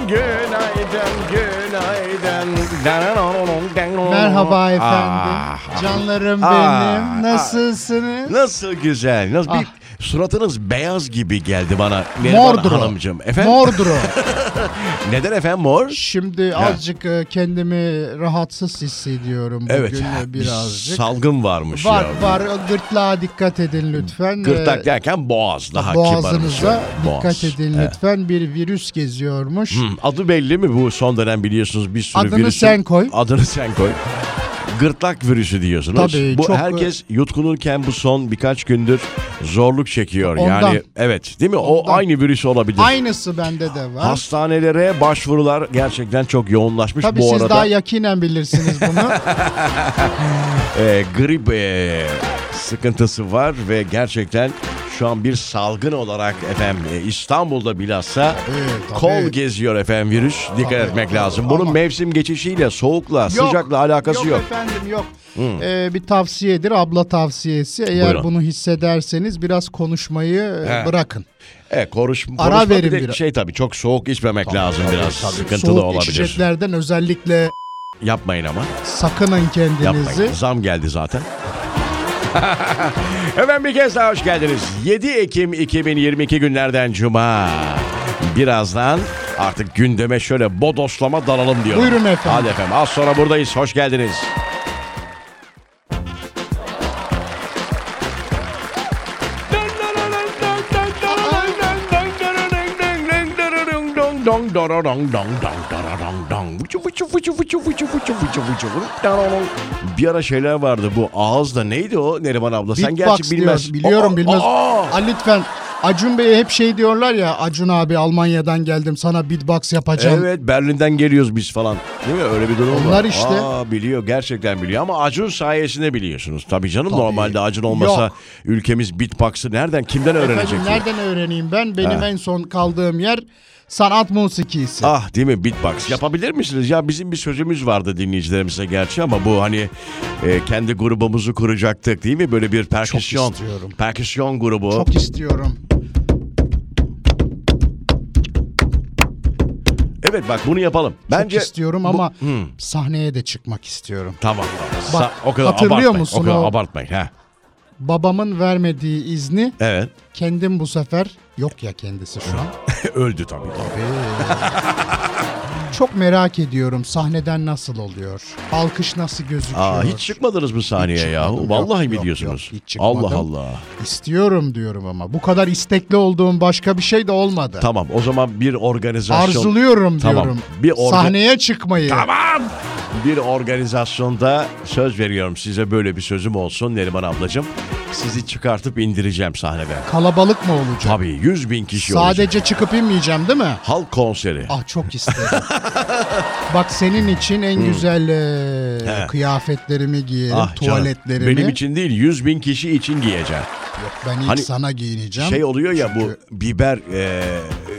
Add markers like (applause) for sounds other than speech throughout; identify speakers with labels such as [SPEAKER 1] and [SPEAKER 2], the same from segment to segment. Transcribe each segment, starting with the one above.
[SPEAKER 1] günaydın, günaydın.
[SPEAKER 2] Merhaba efendim.
[SPEAKER 1] Ah,
[SPEAKER 2] Canlarım
[SPEAKER 1] Ah,
[SPEAKER 2] benim.
[SPEAKER 1] ah.
[SPEAKER 2] Nasılsınız?
[SPEAKER 1] Nasıl güzel. Nasıl bir suratınız beyaz gibi geldi bana. Neriman
[SPEAKER 2] Ah. Mordur o.
[SPEAKER 1] Hanımcığım. Efendim? (laughs)
[SPEAKER 2] Mordur o.
[SPEAKER 1] Neden efendim mor?
[SPEAKER 2] Şimdi azıcık e, kendimi rahatsız hissediyorum bugün
[SPEAKER 1] Evet.
[SPEAKER 2] e, birazcık.
[SPEAKER 1] Salgın varmış
[SPEAKER 2] Var
[SPEAKER 1] ya.
[SPEAKER 2] var gırtlağa dikkat edin lütfen.
[SPEAKER 1] Gırtlak
[SPEAKER 2] E,
[SPEAKER 1] derken boğaz daha kibarını
[SPEAKER 2] Boğazınıza
[SPEAKER 1] söyle.
[SPEAKER 2] dikkat
[SPEAKER 1] Boğaz.
[SPEAKER 2] edin
[SPEAKER 1] Evet.
[SPEAKER 2] lütfen. Bir virüs geziyormuş.
[SPEAKER 1] Hı, Adı belli mi bu son dönem biliyorsunuz bir sürü
[SPEAKER 2] Adını
[SPEAKER 1] virüsün-
[SPEAKER 2] sen koy.
[SPEAKER 1] Adını sen koy. Gırtlak virüsü diyorsunuz.
[SPEAKER 2] Tabii,
[SPEAKER 1] bu
[SPEAKER 2] çok- e-
[SPEAKER 1] herkes yutkunurken bu son birkaç gündür zorluk çekiyor.
[SPEAKER 2] Ondan.
[SPEAKER 1] Yani evet değil mi? O
[SPEAKER 2] Ondan.
[SPEAKER 1] aynı virüs olabilir.
[SPEAKER 2] Aynısı bende de var.
[SPEAKER 1] Hastanelere başvurular gerçekten çok yoğunlaşmış
[SPEAKER 2] Tabii
[SPEAKER 1] bu
[SPEAKER 2] siz
[SPEAKER 1] arada.
[SPEAKER 2] daha yakinen bilirsiniz bunu.
[SPEAKER 1] e, grip e, sıkıntısı var ve gerçekten şu an bir salgın olarak efendim e, İstanbul'da bilhassa
[SPEAKER 2] tabii.
[SPEAKER 1] kol geziyor efendim virüs. Dikkat
[SPEAKER 2] Tabii,
[SPEAKER 1] etmek
[SPEAKER 2] tabii.
[SPEAKER 1] lazım. Bunun
[SPEAKER 2] Ama-
[SPEAKER 1] mevsim geçişiyle, soğukla, sıcakla alakası yok.
[SPEAKER 2] efendim yok. Ee, bir tavsiyedir abla tavsiyesi. Eğer
[SPEAKER 1] Buyurun.
[SPEAKER 2] bunu hissederseniz biraz konuşmayı e,
[SPEAKER 1] He.
[SPEAKER 2] bırakın.
[SPEAKER 1] E, konuş,
[SPEAKER 2] Ara
[SPEAKER 1] konuşma
[SPEAKER 2] verin
[SPEAKER 1] bir de
[SPEAKER 2] biraz.
[SPEAKER 1] şey tabii çok soğuk içmemek lazım biraz. Sıkıntılı
[SPEAKER 2] Soğuk
[SPEAKER 1] olabilir.
[SPEAKER 2] içeceklerden özellikle
[SPEAKER 1] Yapmayın ama.
[SPEAKER 2] sakının kendinizi.
[SPEAKER 1] Yapmayın. Zam geldi (laughs) zaten. Hemen bir kez daha hoş geldiniz. 7 Ekim 2022 günlerden Cuma. Birazdan artık gündeme şöyle bodoslama dalalım diyorum.
[SPEAKER 2] Buyurun efendim.
[SPEAKER 1] Hadi efendim az sonra buradayız. Hoş geldiniz. Bir ara şeyler vardı bu ağızda neydi o Neriman abla sen
[SPEAKER 2] Beatbox
[SPEAKER 1] gerçi bilmez.
[SPEAKER 2] diyor. Biliyorum
[SPEAKER 1] Aa,
[SPEAKER 2] bilmez.
[SPEAKER 1] aa!
[SPEAKER 2] Aa, lütfen Acun Bey'e hep şey diyorlar ya Acun abi Almanya'dan geldim sana beatbox yapacağım.
[SPEAKER 1] Evet Berlin'den geliyoruz biz falan. Değil mi? Öyle bir durum var.
[SPEAKER 2] Onlar işte.
[SPEAKER 1] Aa, biliyor gerçekten biliyor ama Acun sayesinde biliyorsunuz. Tabii canım
[SPEAKER 2] Tabii.
[SPEAKER 1] normalde Acun olmasa
[SPEAKER 2] Yok.
[SPEAKER 1] ülkemiz beatbox'ı nereden kimden öğrenecek?
[SPEAKER 2] Efendim
[SPEAKER 1] ki?
[SPEAKER 2] nereden öğreneyim ben? Benim en son kaldığım yer sanat musikisi.
[SPEAKER 1] Ah değil mi beatbox yapabilir misiniz? Ya bizim bir sözümüz vardı dinleyicilerimize gerçi ama bu hani e, kendi grubumuzu kuracaktık değil mi? Böyle bir perküsyon.
[SPEAKER 2] istiyorum.
[SPEAKER 1] Perküsyon grubu.
[SPEAKER 2] Çok istiyorum.
[SPEAKER 1] Evet bak bunu yapalım. Bence
[SPEAKER 2] Çok istiyorum ama sahneye de çıkmak istiyorum.
[SPEAKER 1] Tamam. tamam.
[SPEAKER 2] Bak,
[SPEAKER 1] Sa- o kadar
[SPEAKER 2] hatırlıyor
[SPEAKER 1] abartmayın.
[SPEAKER 2] musun
[SPEAKER 1] o kadar
[SPEAKER 2] o-
[SPEAKER 1] abartmayın. Ha.
[SPEAKER 2] Babamın vermediği izni (laughs)
[SPEAKER 1] Evet.
[SPEAKER 2] kendim bu sefer yok ya kendisi
[SPEAKER 1] (laughs)
[SPEAKER 2] şu an. Ee,
[SPEAKER 1] Öldü tabii.
[SPEAKER 2] Çok merak ediyorum sahneden nasıl oluyor? Alkış nasıl gözüküyor?
[SPEAKER 1] Aa, hiç çıkmadınız mı sahneye
[SPEAKER 2] Hiç
[SPEAKER 1] ya?
[SPEAKER 2] çıkmadım.
[SPEAKER 1] Vallahi
[SPEAKER 2] Yok,
[SPEAKER 1] mi
[SPEAKER 2] yok,
[SPEAKER 1] diyorsunuz?
[SPEAKER 2] yok, hiç çıkmadım.
[SPEAKER 1] Allah Allah.
[SPEAKER 2] İstiyorum diyorum ama bu kadar istekli olduğum başka bir şey de olmadı.
[SPEAKER 1] Tamam o zaman bir organizasyon.
[SPEAKER 2] Arzuluyorum
[SPEAKER 1] Tamam,
[SPEAKER 2] diyorum.
[SPEAKER 1] bir orga-
[SPEAKER 2] Sahneye çıkmayı.
[SPEAKER 1] Tamam. Bir organizasyonda söz veriyorum size böyle bir sözüm olsun Neriman ablacığım. Sizi çıkartıp indireceğim sahneden.
[SPEAKER 2] Kalabalık mı olacak?
[SPEAKER 1] Tabii 100 bin kişi olacak.
[SPEAKER 2] Sadece çıkıp inmeyeceğim değil mi?
[SPEAKER 1] Halk konseri.
[SPEAKER 2] Ah
[SPEAKER 1] (laughs)
[SPEAKER 2] çok isterim. Bak senin için en güzel e,
[SPEAKER 1] Hmm. He.
[SPEAKER 2] kıyafetlerimi giyerim,
[SPEAKER 1] Ah canım,
[SPEAKER 2] tuvaletlerimi.
[SPEAKER 1] Benim için değil 100 bin kişi için giyeceğim.
[SPEAKER 2] Ben ilk
[SPEAKER 1] Hani
[SPEAKER 2] sana giyineceğim. Ah,
[SPEAKER 1] Şey oluyor ya
[SPEAKER 2] Çünkü-
[SPEAKER 1] bu biber eee,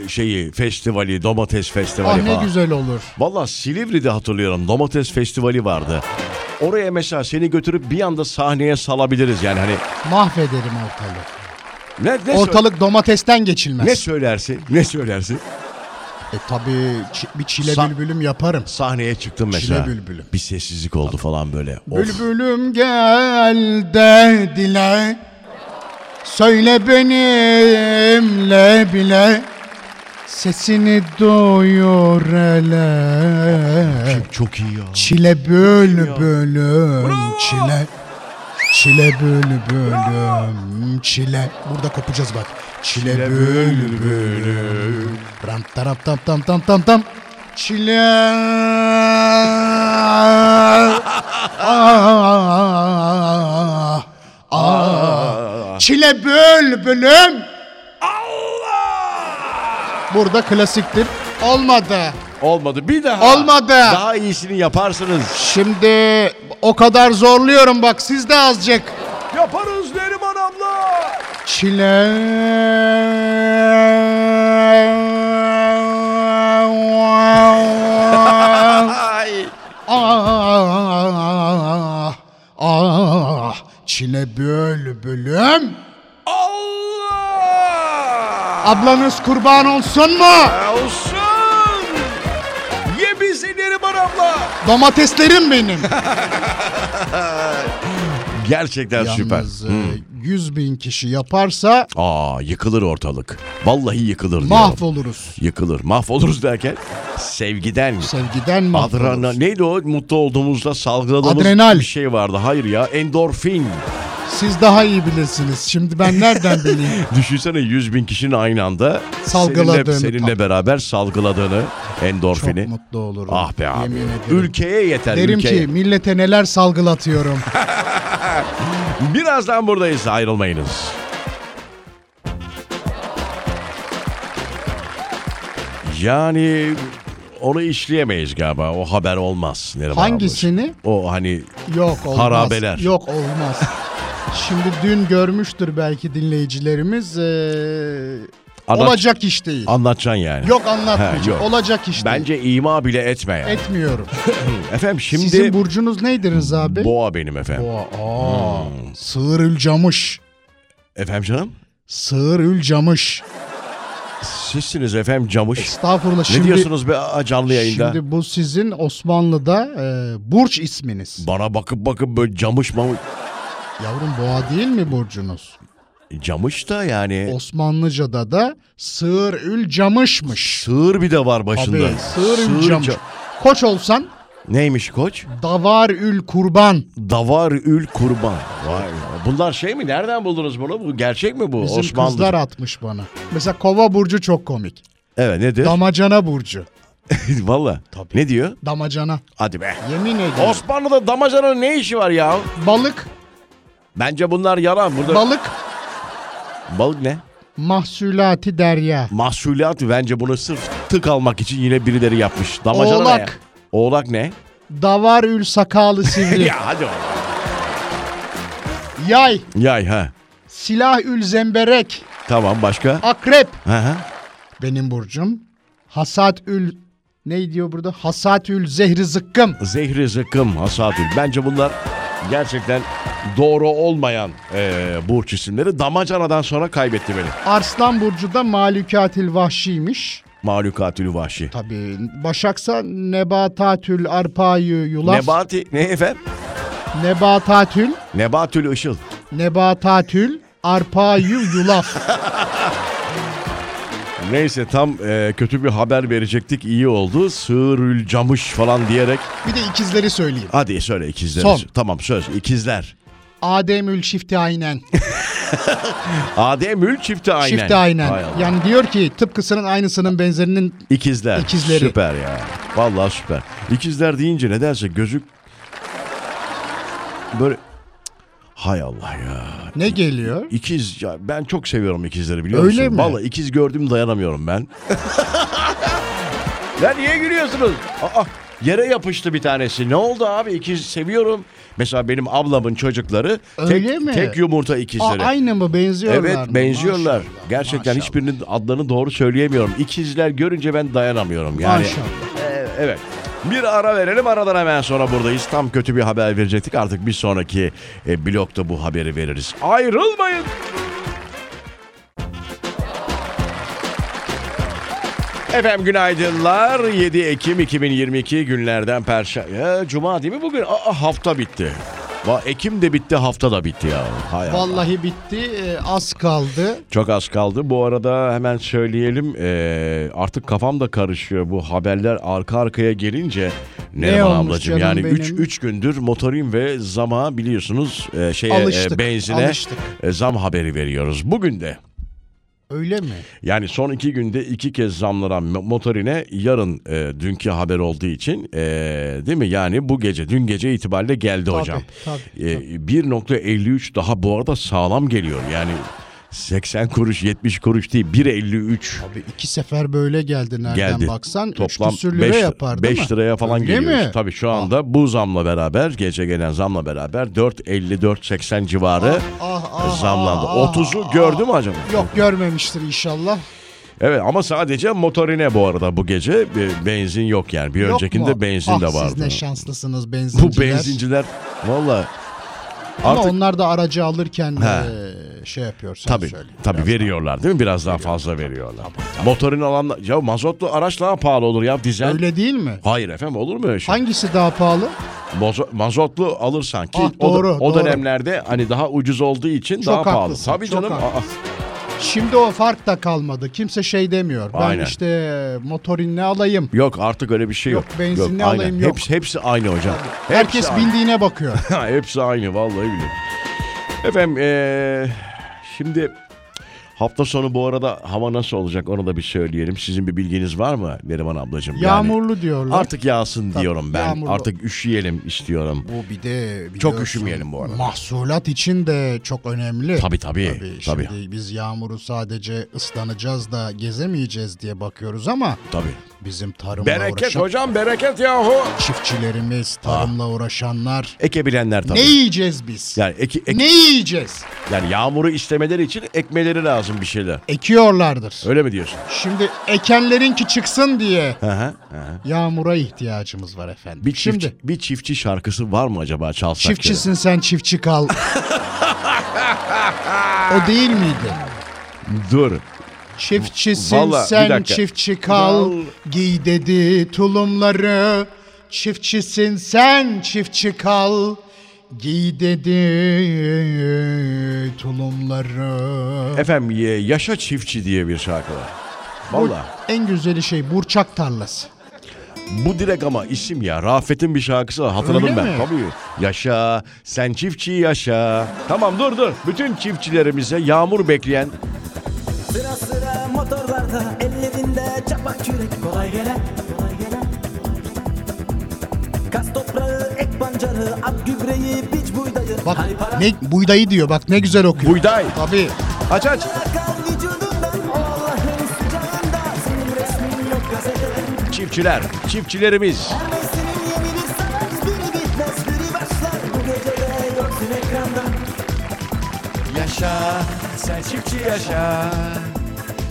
[SPEAKER 1] şeyi festivali domates
[SPEAKER 2] Ah
[SPEAKER 1] festivali
[SPEAKER 2] ne
[SPEAKER 1] falan.
[SPEAKER 2] güzel olur.
[SPEAKER 1] Valla Silivri'de hatırlıyorum domates festivali vardı. Oraya mesela seni götürüp bir anda sahneye salabiliriz yani hani
[SPEAKER 2] Mahvederim ortalık.
[SPEAKER 1] ne, ne,
[SPEAKER 2] Ortalık domatesten
[SPEAKER 1] sö-
[SPEAKER 2] geçilmez.
[SPEAKER 1] ne söylersin ne söylersin
[SPEAKER 2] E tabii çi- bir çile
[SPEAKER 1] Sa-
[SPEAKER 2] bülbülüm yaparım.
[SPEAKER 1] sahneye çıktın mesela
[SPEAKER 2] Çile bülbülüm.
[SPEAKER 1] bir sessizlik oldu falan böyle Of.
[SPEAKER 2] Bülbülüm gel dediler. Söyle benimle bile. Sesini duyur hele.
[SPEAKER 1] Çok- çok iyi ya
[SPEAKER 2] Çile bülbülüm çile. Çile bülbülüm çile. Burada kopacağız bak. Çile bülbülüm. Ram tarap tam tam tam tam tam. Çile. Ah, ah. Çile bülbülüm. Burada klasiktir. Olmadı.
[SPEAKER 1] olmadı bir daha
[SPEAKER 2] Olmadı.
[SPEAKER 1] daha iyisini yaparsınız
[SPEAKER 2] Şimdi o kadar zorluyorum bak siz de azıcık.
[SPEAKER 1] yaparız Neriman abla
[SPEAKER 2] Çile.
[SPEAKER 1] ay
[SPEAKER 2] ah, ah, çile bülbülüm.
[SPEAKER 1] Allah
[SPEAKER 2] Ablanız kurban olsun mu?
[SPEAKER 1] olsun
[SPEAKER 2] Domateslerim benim.
[SPEAKER 1] Gerçekten süper. Hmm.
[SPEAKER 2] Yalnız e, 100 bin kişi yaparsa
[SPEAKER 1] Aa yıkılır ortalık. Vallahi yıkılır diyorum.
[SPEAKER 2] mahvoluruz.
[SPEAKER 1] Yıkılır. Mahvoluruz derken sevgiden
[SPEAKER 2] Sevgiden
[SPEAKER 1] Adrana
[SPEAKER 2] mahvoluruz.
[SPEAKER 1] neydi o mutlu olduğumuzda salgıladığımız
[SPEAKER 2] Adrenal.
[SPEAKER 1] bir şey vardı. Hayır ya
[SPEAKER 2] (laughs)
[SPEAKER 1] endorfin.
[SPEAKER 2] Siz daha iyi bilirsiniz. Şimdi ben nereden
[SPEAKER 1] (laughs)
[SPEAKER 2] bileyim?
[SPEAKER 1] Düşünsene 100 bin kişinin aynı anda
[SPEAKER 2] Salgıladığını
[SPEAKER 1] seninle, seninle
[SPEAKER 2] tam.
[SPEAKER 1] beraber salgıladığını endorfini.
[SPEAKER 2] Çok mutlu olurum.
[SPEAKER 1] Ah be abi.
[SPEAKER 2] Yemin ederim.
[SPEAKER 1] Ülkeye yeter
[SPEAKER 2] Derim
[SPEAKER 1] ülkeye.
[SPEAKER 2] ki millete
[SPEAKER 1] (laughs)
[SPEAKER 2] neler salgılatıyorum.
[SPEAKER 1] Birazdan buradayız ayrılmayınız. Yani onu işleyemeyiz galiba. O haber olmaz. Neriman
[SPEAKER 2] Hangisini?
[SPEAKER 1] ablacığım. O hani
[SPEAKER 2] Yok olmaz.
[SPEAKER 1] Harabeler.
[SPEAKER 2] Yok olmaz. Şimdi dün görmüştür belki dinleyicilerimiz. ee,
[SPEAKER 1] Anlat-
[SPEAKER 2] olacak iş değil.
[SPEAKER 1] anlatacaksın yani.
[SPEAKER 2] yok anlatmayacağım.
[SPEAKER 1] Ha, yok.
[SPEAKER 2] Olacak iş değil.
[SPEAKER 1] Bence ima bile etme yani.
[SPEAKER 2] Etmiyorum.
[SPEAKER 1] efendim şimdi
[SPEAKER 2] Sizin burcunuz neydir Rıza abi?
[SPEAKER 1] boğa benim efendim.
[SPEAKER 2] Boğa. Aa, Sığır ülcamış.
[SPEAKER 1] Efendim canım?
[SPEAKER 2] Sığır ülcamış.
[SPEAKER 1] Sizsiniz efendim camış.
[SPEAKER 2] Estağfurullah.
[SPEAKER 1] ne
[SPEAKER 2] şimdi,
[SPEAKER 1] diyorsunuz be aa, canlı yayında?
[SPEAKER 2] Şimdi bu sizin Osmanlı'da ee, burç isminiz.
[SPEAKER 1] Bana bakıp bakıp böyle camış mamış.
[SPEAKER 2] Yavrum boğa değil mi burcunuz?
[SPEAKER 1] E, Camış da yani.
[SPEAKER 2] Osmanlıca'da da sığır ülcamışmış.
[SPEAKER 1] Sığır bir de var başında.
[SPEAKER 2] Abi, sığır ül
[SPEAKER 1] cam.
[SPEAKER 2] camış. Koç olsan
[SPEAKER 1] Neymiş koç?
[SPEAKER 2] davar ül kurban.
[SPEAKER 1] Davar ül kurban. Vay. Bunlar şey mi? Nereden buldunuz bunu? Bu gerçek mi bu?
[SPEAKER 2] Bizim
[SPEAKER 1] Osmanlı.
[SPEAKER 2] kızlar atmış bana. Mesela kova burcu çok komik.
[SPEAKER 1] Evet nedir? (laughs)
[SPEAKER 2] Damacana burcu.
[SPEAKER 1] Valla. Ne diyor?
[SPEAKER 2] Damacana.
[SPEAKER 1] Hadi be.
[SPEAKER 2] Yemin ederim.
[SPEAKER 1] Osmanlı'da damacanın ne işi var ya?
[SPEAKER 2] Balık,
[SPEAKER 1] Bence bunlar yalan. Burada
[SPEAKER 2] balık
[SPEAKER 1] balık ne?
[SPEAKER 2] mahsulati derya.
[SPEAKER 1] Mahsulat bence bunu sırf tık almak için yine birileri yapmış. Damacana ne ya?
[SPEAKER 2] Oğlak.
[SPEAKER 1] Oğlak ne?
[SPEAKER 2] Davar
[SPEAKER 1] (laughs)
[SPEAKER 2] ül sakalı sivri.
[SPEAKER 1] Ya hadi oğlum.
[SPEAKER 2] Yay,
[SPEAKER 1] Yay ha.
[SPEAKER 2] silah ül zemberek.
[SPEAKER 1] Tamam başka?
[SPEAKER 2] Akrep.
[SPEAKER 1] Hı hı.
[SPEAKER 2] Benim burcum. Hasat ül ne diyor burada? Hasat ül zehri zıkkım.
[SPEAKER 1] Zehri zıkkım hasatül. Bence bunlar gerçekten doğru olmayan eee, burç isimleri. Damacanadan sonra kaybetti beni.
[SPEAKER 2] Arslan burcu da malükatil vahşiymiş.
[SPEAKER 1] Malukatülü vahşi.
[SPEAKER 2] Tabii Başaksa nebatatül arpayü yulaf.
[SPEAKER 1] Nebati ne efendim?
[SPEAKER 2] nebatatül
[SPEAKER 1] Nebatül ışıl.
[SPEAKER 2] nebatatül arpayü yulaf.
[SPEAKER 1] Neyse tam eee, kötü bir haber verecektik. iyi oldu. Sığırül camış falan diyerek.
[SPEAKER 2] Bir de ikizleri söyleyeyim.
[SPEAKER 1] Hadi söyle ikizler.
[SPEAKER 2] Son.
[SPEAKER 1] Tamam söz ikizler.
[SPEAKER 2] Ademül çifti aynen.
[SPEAKER 1] Ademül çifti aynen.
[SPEAKER 2] Çifti
[SPEAKER 1] Hay
[SPEAKER 2] aynen.
[SPEAKER 1] Allah.
[SPEAKER 2] Yani diyor ki tıpkısının aynısının benzerinin
[SPEAKER 1] İkizler.
[SPEAKER 2] İkizleri.
[SPEAKER 1] Süper ya. Vallahi süper. İkizler deyince nedense gözük böyle Cık. hay Allah ya.
[SPEAKER 2] ne geliyor?
[SPEAKER 1] İkiz ya ben çok seviyorum ikizleri biliyor
[SPEAKER 2] Öyle
[SPEAKER 1] musun?
[SPEAKER 2] mi?
[SPEAKER 1] Vallahi ikiz gördüm dayanamıyorum ben. (laughs) ya niye gülüyorsunuz? Aa, yere yapıştı bir tanesi. Ne oldu abi? İkiz seviyorum. Mesela benim ablamın çocukları
[SPEAKER 2] Öyle
[SPEAKER 1] tek,
[SPEAKER 2] mi?
[SPEAKER 1] tek yumurta
[SPEAKER 2] Aa,
[SPEAKER 1] ikizleri.
[SPEAKER 2] aynı mı benziyorlar
[SPEAKER 1] Evet
[SPEAKER 2] mı?
[SPEAKER 1] benziyorlar.
[SPEAKER 2] Maşallah,
[SPEAKER 1] Gerçekten
[SPEAKER 2] maşallah.
[SPEAKER 1] hiçbirinin adlarını doğru söyleyemiyorum. İkizler görünce ben dayanamıyorum. Yani
[SPEAKER 2] Maşallah.
[SPEAKER 1] e, evet. Bir ara verelim aradan hemen sonra buradayız. Tam kötü bir haber verecektik. Artık bir sonraki e, blokta bu haberi veririz. Ayrılmayın. Efendim günaydınlar. 7 Ekim 2022 günlerden perşembe. Ya, Cuma değil mi bugün? Aa, hafta bitti. Va, Ekim de bitti, hafta da bitti ya. Hay Allah.
[SPEAKER 2] Vallahi bitti. Ee, az kaldı.
[SPEAKER 1] Çok az kaldı. Bu arada hemen söyleyelim. eee, artık kafam da karışıyor bu haberler arka arkaya gelince. Neriman
[SPEAKER 2] olmuş
[SPEAKER 1] ablacığım
[SPEAKER 2] canım
[SPEAKER 1] yani
[SPEAKER 2] benim?
[SPEAKER 1] 3 3 gündür motorin ve zama biliyorsunuz eee, şeye eee,
[SPEAKER 2] Alıştık,
[SPEAKER 1] benzine
[SPEAKER 2] alıştık.
[SPEAKER 1] eee, zam haberi veriyoruz. Bugün de
[SPEAKER 2] Öyle mi?
[SPEAKER 1] yani son iki günde iki kez zamlanan mo- motorine yarın eee, dünkü haber olduğu için eee, değil mi? Yani bu gece dün gece itibariyle geldi hocam. E,
[SPEAKER 2] tabii,
[SPEAKER 1] Eee, 1.53 daha bu arada sağlam geliyor. Yani 80 kuruş 70 kuruş değil 1.53
[SPEAKER 2] Abi iki sefer böyle geldi nereden
[SPEAKER 1] geldi.
[SPEAKER 2] baksan. Toplam
[SPEAKER 1] Toplam
[SPEAKER 2] üç küsür lira
[SPEAKER 1] 5
[SPEAKER 2] yapar değil mi?
[SPEAKER 1] liraya falan
[SPEAKER 2] Öyle
[SPEAKER 1] geliyor.
[SPEAKER 2] mi? Ah.
[SPEAKER 1] Tabii şu anda bu zamla beraber gece gelen zamla beraber 4.50-4.80 civarı
[SPEAKER 2] ah, ah,
[SPEAKER 1] zamlandı.
[SPEAKER 2] ah, ah,
[SPEAKER 1] 30'u gördü mü acaba?
[SPEAKER 2] Yok görmemiştir inşallah.
[SPEAKER 1] Evet ama sadece motorine bu arada bu gece bir benzin yok yani. Bir
[SPEAKER 2] Yok
[SPEAKER 1] öncekinde
[SPEAKER 2] mu?
[SPEAKER 1] benzin
[SPEAKER 2] ah,
[SPEAKER 1] de vardı.
[SPEAKER 2] Siz ne şanslısınız
[SPEAKER 1] bu
[SPEAKER 2] benzinciler.
[SPEAKER 1] benzinciler valla
[SPEAKER 2] Ama
[SPEAKER 1] artık
[SPEAKER 2] onlar da aracı alırken
[SPEAKER 1] He.
[SPEAKER 2] e, şey yapıyor. Sen
[SPEAKER 1] Tabii,
[SPEAKER 2] söyle.
[SPEAKER 1] tabii veriyorlar değil mi? Biraz daha fazla veriyorlar. Motorun alanla... Ya mazotlu araç daha pahalı olur ya dizel.
[SPEAKER 2] Öyle değil mi?
[SPEAKER 1] Hayır efendim olur mu öyle şey?
[SPEAKER 2] Hangisi daha pahalı?
[SPEAKER 1] Mozo- mazotlu alırsan ki
[SPEAKER 2] Ah,
[SPEAKER 1] o da-
[SPEAKER 2] doğru,
[SPEAKER 1] o,
[SPEAKER 2] doğru.
[SPEAKER 1] dönemlerde hani daha ucuz olduğu için daha pahalı.
[SPEAKER 2] haklısın,
[SPEAKER 1] Tabii
[SPEAKER 2] çok
[SPEAKER 1] canım.
[SPEAKER 2] haklısın.
[SPEAKER 1] aa,
[SPEAKER 2] Şimdi o fark da kalmadı. Kimse şey demiyor. Ben
[SPEAKER 1] Aynen.
[SPEAKER 2] işte motorinle alayım.
[SPEAKER 1] Yok artık öyle bir şey yok.
[SPEAKER 2] Yok, benzinli
[SPEAKER 1] aynen.
[SPEAKER 2] alayım, yok.
[SPEAKER 1] Hepsi, hepsi aynı hocam. Hepsi
[SPEAKER 2] Herkes
[SPEAKER 1] aynı. (laughs)
[SPEAKER 2] bindiğine bakıyor.
[SPEAKER 1] Ha, hepsi aynı vallahi biliyorum. Efendim eee, şimdi hafta sonu bu arada hava nasıl olacak onu da bir söyleyelim. Sizin bir bilginiz var mı Neriman ablacığım? Yani
[SPEAKER 2] Yağmurlu diyorlar.
[SPEAKER 1] artık yağsın diyorum ben.
[SPEAKER 2] yağmurlu.
[SPEAKER 1] Artık üşüyelim istiyorum.
[SPEAKER 2] Bu bir de
[SPEAKER 1] Çok
[SPEAKER 2] biliyorsun,
[SPEAKER 1] üşümeyelim bu arada.
[SPEAKER 2] Mahsulat için de çok önemli.
[SPEAKER 1] Tabii tabii. Tabii.
[SPEAKER 2] Tabii, şimdi biz yağmuru sadece ıslanacağız da gezemeyeceğiz diye bakıyoruz ama
[SPEAKER 1] tabii.
[SPEAKER 2] bizim tarımla
[SPEAKER 1] Bereket
[SPEAKER 2] uğraşan
[SPEAKER 1] hocam bereket yahu.
[SPEAKER 2] çiftçilerimiz, tarımla uğraşanlar
[SPEAKER 1] Ekebilenler tabii.
[SPEAKER 2] ne yiyeceğiz biz?
[SPEAKER 1] Yani, eki, ek-
[SPEAKER 2] Ne yiyeceğiz?
[SPEAKER 1] yani yağmuru istemeleri için ekmeleri lazım bir şeyler.
[SPEAKER 2] Ekiyorlardır.
[SPEAKER 1] Öyle mi diyorsun?
[SPEAKER 2] Şimdi ekenlerin ki çıksın diye
[SPEAKER 1] Hı hı, hı hı.
[SPEAKER 2] yağmura ihtiyacımız var efendim.
[SPEAKER 1] Bir,
[SPEAKER 2] Şimdi
[SPEAKER 1] çiftçi, bir çiftçi şarkısı var mı acaba çalsak? diye.
[SPEAKER 2] çiftçisin sen çiftçi
[SPEAKER 1] (laughs)
[SPEAKER 2] kal. o değil miydi?
[SPEAKER 1] Dur.
[SPEAKER 2] Çiftçisin
[SPEAKER 1] Vallahi, bir
[SPEAKER 2] sen
[SPEAKER 1] dakika.
[SPEAKER 2] çiftçi kal
[SPEAKER 1] Kal.
[SPEAKER 2] giy dedi tulumları Çiftçisin sen çiftçi kal giy dedi tulumları
[SPEAKER 1] Efendim ye- Yaşa Çiftçi diye bir şarkı var. Valla
[SPEAKER 2] En güzeli şey burçak tarlası.
[SPEAKER 1] bu direkt ama isim ya. Rafet'in bir şarkısı var hatırladım
[SPEAKER 2] Öyle
[SPEAKER 1] ben.
[SPEAKER 2] mi?
[SPEAKER 1] Tabii. Yaşa sen çiftçi yaşa. Tamam dur dur. Bütün çiftçilerimize yağmur bekleyen
[SPEAKER 3] Sıra sıra motorlarda ellerinde çapak yürek kolay gelen kolay gelen Kas toprağı ek pancarı at gübreyi biç buğdayı
[SPEAKER 2] Bak
[SPEAKER 3] Hay para
[SPEAKER 2] ne buğdayı diyor bak ne güzel okuyor.
[SPEAKER 1] buğday.
[SPEAKER 2] Tabii.
[SPEAKER 1] Aç aç.
[SPEAKER 3] Akar vücudundan o Allah'ın sıcağında Senin resmin yok gazetelerin
[SPEAKER 1] Çiftçiler, çiftçilerimiz.
[SPEAKER 3] Her mevsimin yemini sarar Biri bitmez biri başlar Bu gece de yoksun ekranda
[SPEAKER 1] Yaşa sen çiftçi yaşa.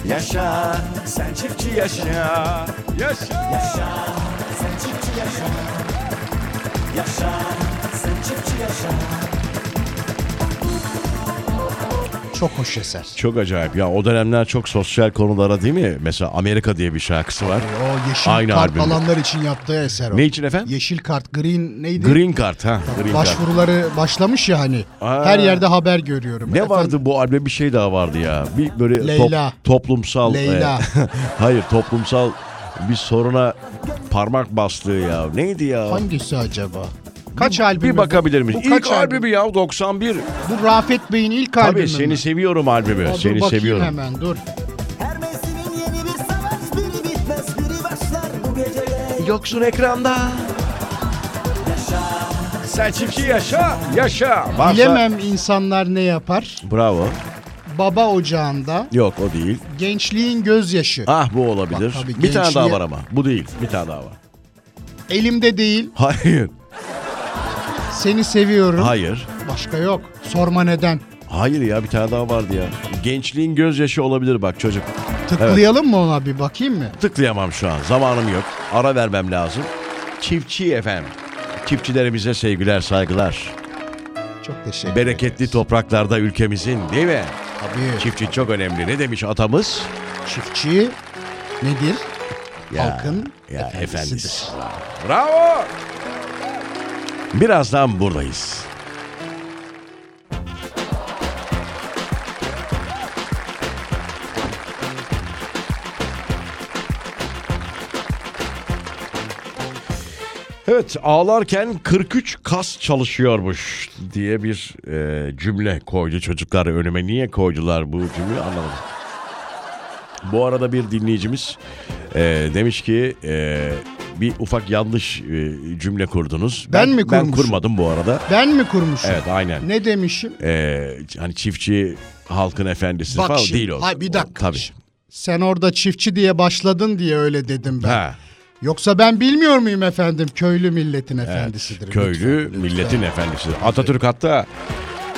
[SPEAKER 1] Yaşa sen çiftçi yaşa. Yaşa.
[SPEAKER 3] Sen çiftçi yaşa Yaşa sen çiftçi yaşa
[SPEAKER 2] Çok hoş eser.
[SPEAKER 1] Çok acayip ya o dönemler çok sosyal konulara değil mi? Mesela Amerika diye bir şarkısı var.
[SPEAKER 2] O yeşil
[SPEAKER 1] Aynı
[SPEAKER 2] kart
[SPEAKER 1] albümde.
[SPEAKER 2] alanlar için yaptığı eser o.
[SPEAKER 1] Ne için efendim?
[SPEAKER 2] Yeşil kart green neydi?
[SPEAKER 1] Green Card ha. Green Card.
[SPEAKER 2] Başvuruları başlamış ya hani.
[SPEAKER 1] Aa.
[SPEAKER 2] Her yerde haber görüyorum.
[SPEAKER 1] Ne
[SPEAKER 2] Efendim,
[SPEAKER 1] vardı bu albümde bir şey daha vardı ya. Bir böyle top-
[SPEAKER 2] Leyla.
[SPEAKER 1] toplumsal
[SPEAKER 2] Leyla.
[SPEAKER 1] e, (laughs) hayır toplumsal bir soruna parmak bastığı ya. Neydi ya?
[SPEAKER 2] Hangisi acaba? Kaç albüm?
[SPEAKER 1] bir bakabilir miyiz?
[SPEAKER 2] Bu kaç
[SPEAKER 1] İlk albümü ya 91.
[SPEAKER 2] Bu Rafet Bey'in ilk albümü.
[SPEAKER 1] Tabii seni
[SPEAKER 2] mü?
[SPEAKER 1] seviyorum albümü.
[SPEAKER 2] Aa, dur
[SPEAKER 1] seni
[SPEAKER 2] bakayım
[SPEAKER 1] seviyorum.
[SPEAKER 2] hemen dur.
[SPEAKER 3] Her mevsimin yeni bir savaş Biri bitmez biri başlar Bu gece de
[SPEAKER 1] Yoksun ekranda. Sen çiftçi yaşa. Yaşa. Varsa-
[SPEAKER 2] Bilemem insanlar ne yapar.
[SPEAKER 1] Bravo.
[SPEAKER 2] Baba ocağında
[SPEAKER 1] Yok o değil.
[SPEAKER 2] gençliğin gözyaşı.
[SPEAKER 1] Ah bu olabilir.
[SPEAKER 2] Bak, tabii
[SPEAKER 1] bir tane daha
[SPEAKER 2] gençliğe-
[SPEAKER 1] var ama. Bu değil. Bir tane daha var.
[SPEAKER 2] Elimde değil.
[SPEAKER 1] Hayır.
[SPEAKER 2] Seni seviyorum.
[SPEAKER 1] Hayır.
[SPEAKER 2] Başka yok. Sorma neden.
[SPEAKER 1] Hayır ya bir tane daha vardı ya. Gençliğin gözyaşı olabilir bak çocuk.
[SPEAKER 2] Tıklayalım mı ona bir bakayım mı?
[SPEAKER 1] Tıklayamam şu an. Zamanım yok. Ara vermem lazım. Çiftçi efendim. Çiftçilerimize sevgiler, saygılar.
[SPEAKER 2] Çok teşekkür
[SPEAKER 1] Bereketli topraklarda ülkemizin değil mi?
[SPEAKER 2] Tabii.
[SPEAKER 1] Çiftçi çok önemli. Ne demiş atamız?
[SPEAKER 2] Çiftçi nedir?
[SPEAKER 1] Ya,
[SPEAKER 2] Halkın
[SPEAKER 1] ya
[SPEAKER 2] efendisidir.
[SPEAKER 1] efendisi. Bravo. Birazdan buradayız. Evet ağlarken 43 kas çalışıyormuş diye bir e, cümle koydu çocuklar önüme. Niye koydular bu cümleyi anlamadım. Bu arada bir dinleyicimiz e, demiş ki e, bir ufak yanlış e, cümle kurdunuz.
[SPEAKER 2] Ben mi
[SPEAKER 1] Ben
[SPEAKER 2] kurmuşum?
[SPEAKER 1] kurmadım bu arada.
[SPEAKER 2] Ben mi kurmuşum?
[SPEAKER 1] Evet aynen.
[SPEAKER 2] Ne demişim?
[SPEAKER 1] E, hani çiftçi halkın efendisi
[SPEAKER 2] Bak
[SPEAKER 1] falan
[SPEAKER 2] şimdi,
[SPEAKER 1] değil o.
[SPEAKER 2] Hayır, bir
[SPEAKER 1] O-
[SPEAKER 2] dakika.
[SPEAKER 1] tabii.
[SPEAKER 2] Şimdi Sen orada çiftçi diye başladın diye öyle dedim ben.
[SPEAKER 1] Ha.
[SPEAKER 2] Yoksa ben bilmiyor muyum efendim köylü milletin efendisidir.
[SPEAKER 1] Köylü
[SPEAKER 2] Lütfen, lütfen.
[SPEAKER 1] milletin efendisidir. Atatürk hatta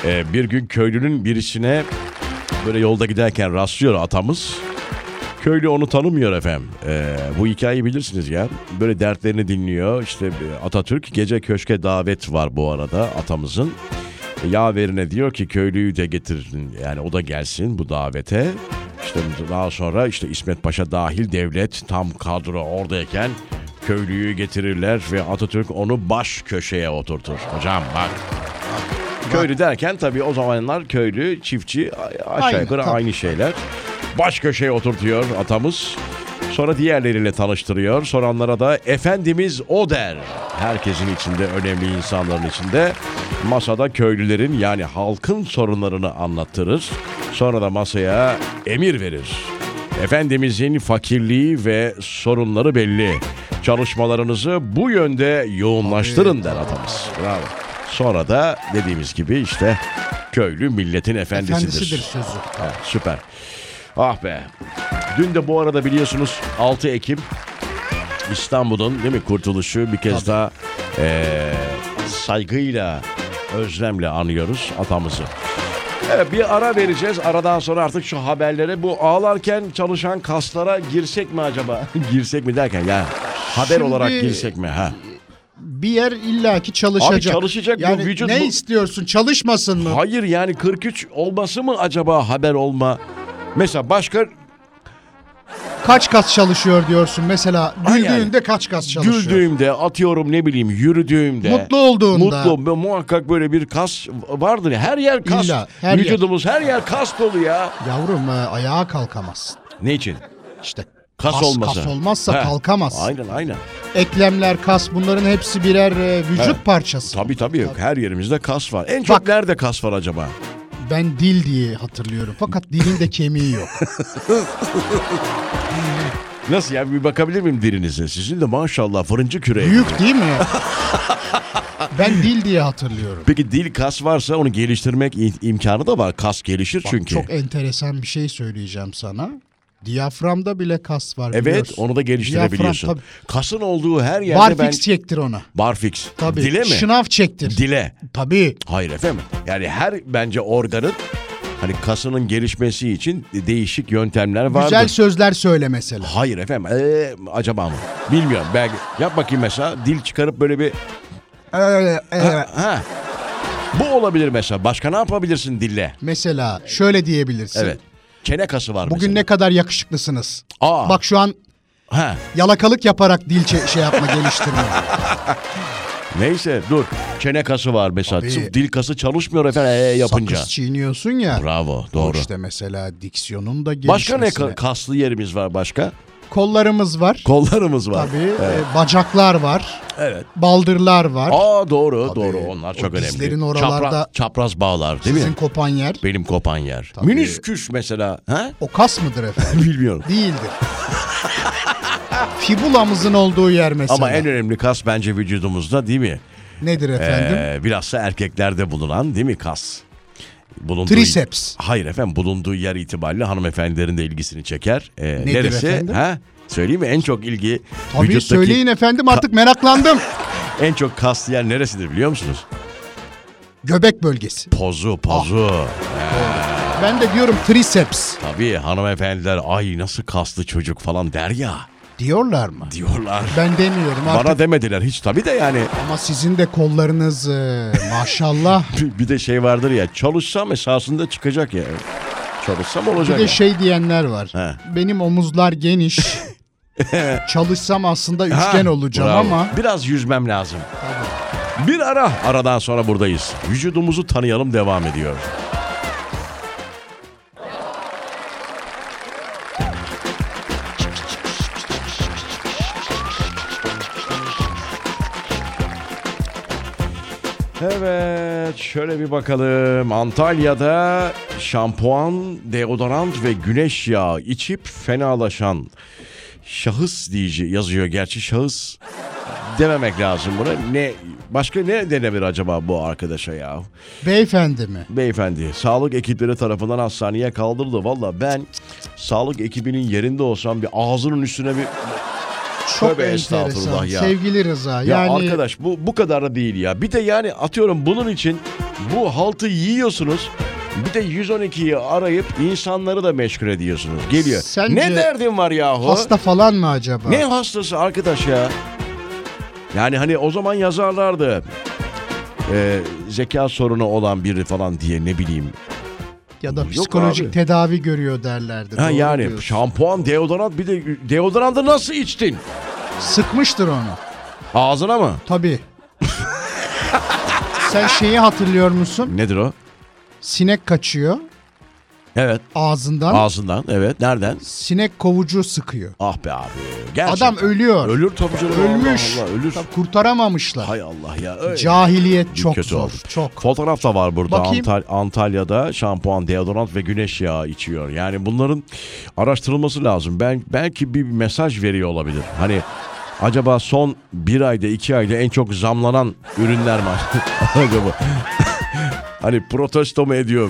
[SPEAKER 1] e, bir gün köylünün birisine böyle yolda giderken rastlıyor atamız. Köylü onu tanımıyor efendim. E, bu hikayeyi bilirsiniz ya. Böyle dertlerini dinliyor. İşte e, Atatürk gece köşke davet var bu arada atamızın. Yaverine diyor ki köylüyü de getirin yani o da gelsin bu davete. İşte daha sonra işte İsmet Paşa dahil devlet tam kadro oradayken köylüyü getirirler ve Atatürk onu baş köşeye oturtur. Hocam bak. Köylü derken tabii o zamanlar köylü, çiftçi a- aşağı
[SPEAKER 2] Aynı,
[SPEAKER 1] yukarı
[SPEAKER 2] tabii.
[SPEAKER 1] aynı şeyler. Baş köşeye oturtuyor atamız. Sonra diğerleriyle tanıştırıyor. Soranlara da efendimiz o der. Herkesin içinde önemli insanların içinde masada köylülerin yani halkın sorunlarını anlattırır. Sonra da masaya emir verir. Efendimizin fakirliği ve sorunları belli. Çalışmalarınızı bu yönde yoğunlaştırın der atamız. Bravo. Sonra da dediğimiz gibi işte köylü milletin efendisidir.
[SPEAKER 2] Kendisidir sözü.
[SPEAKER 1] Ha, süper. Ah be. Dün de bu arada biliyorsunuz 6 Ekim İstanbul'un değil mi kurtuluşu bir kez daha eee, saygıyla, özlemle anıyoruz atamızı. Evet bir ara vereceğiz. Aradan sonra artık şu haberlere bu ağlarken çalışan kaslara girsek mi acaba? (laughs) girsek mi derken ya haber
[SPEAKER 2] Şimdi-
[SPEAKER 1] olarak girsek mi? Ha.
[SPEAKER 2] Bir yer illaki çalışacak.
[SPEAKER 1] Abi çalışacak bu
[SPEAKER 2] yani
[SPEAKER 1] vücut
[SPEAKER 2] ne
[SPEAKER 1] bu-
[SPEAKER 2] istiyorsun? Çalışmasın mı?
[SPEAKER 1] Hayır yani 43 olması mı acaba haber olma? Mesela başka
[SPEAKER 2] Kaç kas çalışıyor diyorsun mesela.
[SPEAKER 1] Ay yani.
[SPEAKER 2] Güldüğünde kaç kas çalışıyor?
[SPEAKER 1] Güldüğümde, atıyorum ne bileyim yürüdüğümde.
[SPEAKER 2] Mutlu olduğunda.
[SPEAKER 1] Mutlu muhakkak böyle bir kas vardır. ya. Her yer kas.
[SPEAKER 2] İlla, her
[SPEAKER 1] Vücudumuz her yer kas dolu ya.
[SPEAKER 2] Yavrum e, ayağa kalkamazsın.
[SPEAKER 1] Ne için?
[SPEAKER 2] İşte
[SPEAKER 1] Kas,
[SPEAKER 2] Kas-
[SPEAKER 1] olmasa.
[SPEAKER 2] kas olmazsa kalkamazsın.
[SPEAKER 1] Aynen aynen.
[SPEAKER 2] eklemler, kas bunların hepsi birer e, vücut parçası.
[SPEAKER 1] Tabii tabii. Her yerimizde kas var. En
[SPEAKER 2] Bak.
[SPEAKER 1] çok nerede kas var acaba?
[SPEAKER 2] Ben dil diye hatırlıyorum. Fakat dilin de kemiği yok.
[SPEAKER 1] Nasıl ya bir bakabilir miyim dirinize? Sizin de maşallah fırıncı küreği.
[SPEAKER 2] Büyük
[SPEAKER 1] (laughs)
[SPEAKER 2] değil mi? ben dil diye hatırlıyorum.
[SPEAKER 1] Peki dil kas varsa onu geliştirmek im- imkanı da var. Kas gelişir çünkü.
[SPEAKER 2] Çok enteresan bir şey söyleyeceğim sana. Diyaframda bile kas var
[SPEAKER 1] Evet
[SPEAKER 2] biliyorsun.
[SPEAKER 1] onu da geliştirebiliyorsun.
[SPEAKER 2] Diyafram,
[SPEAKER 1] Kasın olduğu her
[SPEAKER 2] tabii.
[SPEAKER 1] yerde
[SPEAKER 2] Barfix
[SPEAKER 1] ben...
[SPEAKER 2] çektir ona.
[SPEAKER 1] Barfix.
[SPEAKER 2] Tabii.
[SPEAKER 1] Dile mi?
[SPEAKER 2] Şınav çektir.
[SPEAKER 1] Dile.
[SPEAKER 2] Tabii.
[SPEAKER 1] Hayır efendim. Yani her bence organın hani kasının gelişmesi için değişik yöntemler vardır.
[SPEAKER 2] Güzel sözler söyle mesela.
[SPEAKER 1] Hayır efendim. Ee, acaba mı? Bilmiyorum. Belki yap bakayım mesela dil çıkarıp böyle bir
[SPEAKER 2] Ee, e,
[SPEAKER 1] ha. Bu olabilir mesela. Başka ne yapabilirsin dille?
[SPEAKER 2] Mesela şöyle diyebilirsin.
[SPEAKER 1] Evet. Çene kası var
[SPEAKER 2] Bugün ne
[SPEAKER 1] mesela. Ah.
[SPEAKER 2] kadar yakışıklısınız.
[SPEAKER 1] Aa.
[SPEAKER 2] Bak şu an
[SPEAKER 1] Ha.
[SPEAKER 2] yalakalık yaparak dil çe-
[SPEAKER 1] (laughs)
[SPEAKER 2] şey yapma geliştirme.
[SPEAKER 1] Neyse dur. Çene kası var mesela.
[SPEAKER 2] Tabii.
[SPEAKER 1] Dil kası çalışmıyor efendim ee, yapınca.
[SPEAKER 2] Sakız çiğniyorsun ya.
[SPEAKER 1] Bravo. Doğru.
[SPEAKER 2] İşte mesela diksiyonun da
[SPEAKER 1] Başka ne
[SPEAKER 2] gelişmesine.
[SPEAKER 1] ka- kaslı yerimiz var başka?
[SPEAKER 2] Kollarımız var.
[SPEAKER 1] Kollarımız var.
[SPEAKER 2] Tabii. e, bacaklar var.
[SPEAKER 1] Evet.
[SPEAKER 2] Baldırlar var.
[SPEAKER 1] Aa doğru doğru onlar
[SPEAKER 2] o
[SPEAKER 1] çok önemli.
[SPEAKER 2] dizlerin oralarda-
[SPEAKER 1] Çapra- çapraz bağlar değil
[SPEAKER 2] Sizin
[SPEAKER 1] mi?
[SPEAKER 2] kopan yer.
[SPEAKER 1] Benim kopan yer. Minisküs mesela. Ha? (laughs)
[SPEAKER 2] O kas mıdır efendim?
[SPEAKER 1] Bilmiyorum.
[SPEAKER 2] Değildir. Fibulamızın olduğu yer mesela.
[SPEAKER 1] Ama en önemli kas bence vücudumuzda değil mi?
[SPEAKER 2] Nedir efendim?
[SPEAKER 1] Ee, bilhassa erkeklerde bulunan değil mi kas? Bulunduğu...
[SPEAKER 2] Triceps.
[SPEAKER 1] Hayır efendim bulunduğu yer itibariyle hanımefendilerin de ilgisini çeker. Ee,
[SPEAKER 2] Nedir
[SPEAKER 1] neresi?
[SPEAKER 2] efendim?
[SPEAKER 1] Ha? Söyleyeyim mi? En çok ilgi
[SPEAKER 2] Tabii
[SPEAKER 1] vücuttaki
[SPEAKER 2] söyleyin efendim artık meraklandım.
[SPEAKER 1] en çok kaslı yer neresidir biliyor musunuz?
[SPEAKER 2] Göbek bölgesi.
[SPEAKER 1] Pozu, pozu.
[SPEAKER 2] Ah. Ben de diyorum triceps
[SPEAKER 1] Tabii hanımefendiler ay nasıl kaslı çocuk falan der ya
[SPEAKER 2] diyorlar mı?
[SPEAKER 1] diyorlar.
[SPEAKER 2] Ben demiyorum artık
[SPEAKER 1] Bana demediler hiç tabii de yani
[SPEAKER 2] ama sizin de kollarınız e, maşallah.
[SPEAKER 1] bir bir de şey vardır ya çalışsam esasında çıkacak ya. Çalışsam olacak.
[SPEAKER 2] Bir de
[SPEAKER 1] ya.
[SPEAKER 2] şey diyenler var.
[SPEAKER 1] He.
[SPEAKER 2] Benim
[SPEAKER 1] (laughs)
[SPEAKER 2] omuzlar geniş. Çalışsam aslında üçgen
[SPEAKER 1] Ha,
[SPEAKER 2] olacağım
[SPEAKER 1] bravo.
[SPEAKER 2] ama
[SPEAKER 1] Biraz yüzmem lazım. Bir ara aradan sonra buradayız. Vücudumuzu tanıyalım devam ediyor. Evet şöyle bir bakalım. Antalya'da şampuan, deodorant ve güneş yağı içip fenalaşan şahıs diyici yazıyor. Gerçi şahıs dememek lazım buna. Ne başka ne denebilir acaba bu arkadaşa ya?
[SPEAKER 2] beyefendi mi?
[SPEAKER 1] Beyefendi sağlık ekipleri tarafından hastaneye kaldırıldı. Valla ben sağlık ekibinin yerinde olsam bir ağzının üstüne bir
[SPEAKER 2] Çok
[SPEAKER 1] Tövbe
[SPEAKER 2] enteresan.
[SPEAKER 1] estağfurullah ya.
[SPEAKER 2] Sevgili
[SPEAKER 1] Ya
[SPEAKER 2] Rıza yani
[SPEAKER 1] arkadaş bu bu kadar da değil ya. Bir de yani atıyorum bunun için bu haltı yiyorsunuz. Bir de 112'yi arayıp insanları da meşgul ediyorsunuz. Geliyor.
[SPEAKER 2] Sence
[SPEAKER 1] ne derdin var yahu?
[SPEAKER 2] hasta falan mı acaba?
[SPEAKER 1] Ne hastası arkadaş ya? Yani hani o zaman yazarlardı. Ee, zeka sorunu olan biri falan diye ne bileyim.
[SPEAKER 2] Ya da
[SPEAKER 1] Yok
[SPEAKER 2] psikolojik
[SPEAKER 1] abi.
[SPEAKER 2] tedavi görüyor derlerdi.
[SPEAKER 1] Ha
[SPEAKER 2] Doğru
[SPEAKER 1] yani
[SPEAKER 2] diyorsun.
[SPEAKER 1] şampuan, deodorant bir de deodorantı nasıl içtin?
[SPEAKER 2] Sıkmıştır onu.
[SPEAKER 1] Ağzına mı? (laughs)
[SPEAKER 2] Tabii. Sen şeyi hatırlıyor musun?
[SPEAKER 1] Nedir o?
[SPEAKER 2] Sinek kaçıyor
[SPEAKER 1] Evet.
[SPEAKER 2] ağzından.
[SPEAKER 1] Ağzından evet. Nereden?
[SPEAKER 2] Sinek kovucu sıkıyor.
[SPEAKER 1] Ah be abi. Gerçekten.
[SPEAKER 2] Adam ölüyor.
[SPEAKER 1] Ölür tabii canım.
[SPEAKER 2] Ölmüş.
[SPEAKER 1] Allah Allah, ölür.
[SPEAKER 2] Tabii kurtaramamışlar.
[SPEAKER 1] Hay Allah ya. öyle.
[SPEAKER 2] Cahiliyet çok
[SPEAKER 1] kötü
[SPEAKER 2] zor.
[SPEAKER 1] oldu.
[SPEAKER 2] Çok.
[SPEAKER 1] Fotoğraf da var burada.
[SPEAKER 2] Bakayım.
[SPEAKER 1] Antal- Antalya'da şampuan, deodorant ve güneş yağı içiyor. Yani bunların araştırılması lazım. Ben belki bir mesaj veriyor olabilir. Hani acaba son bir ayda, iki ayda en çok zamlanan ürünler mi (laughs) acaba? hani protesto mu ediyor?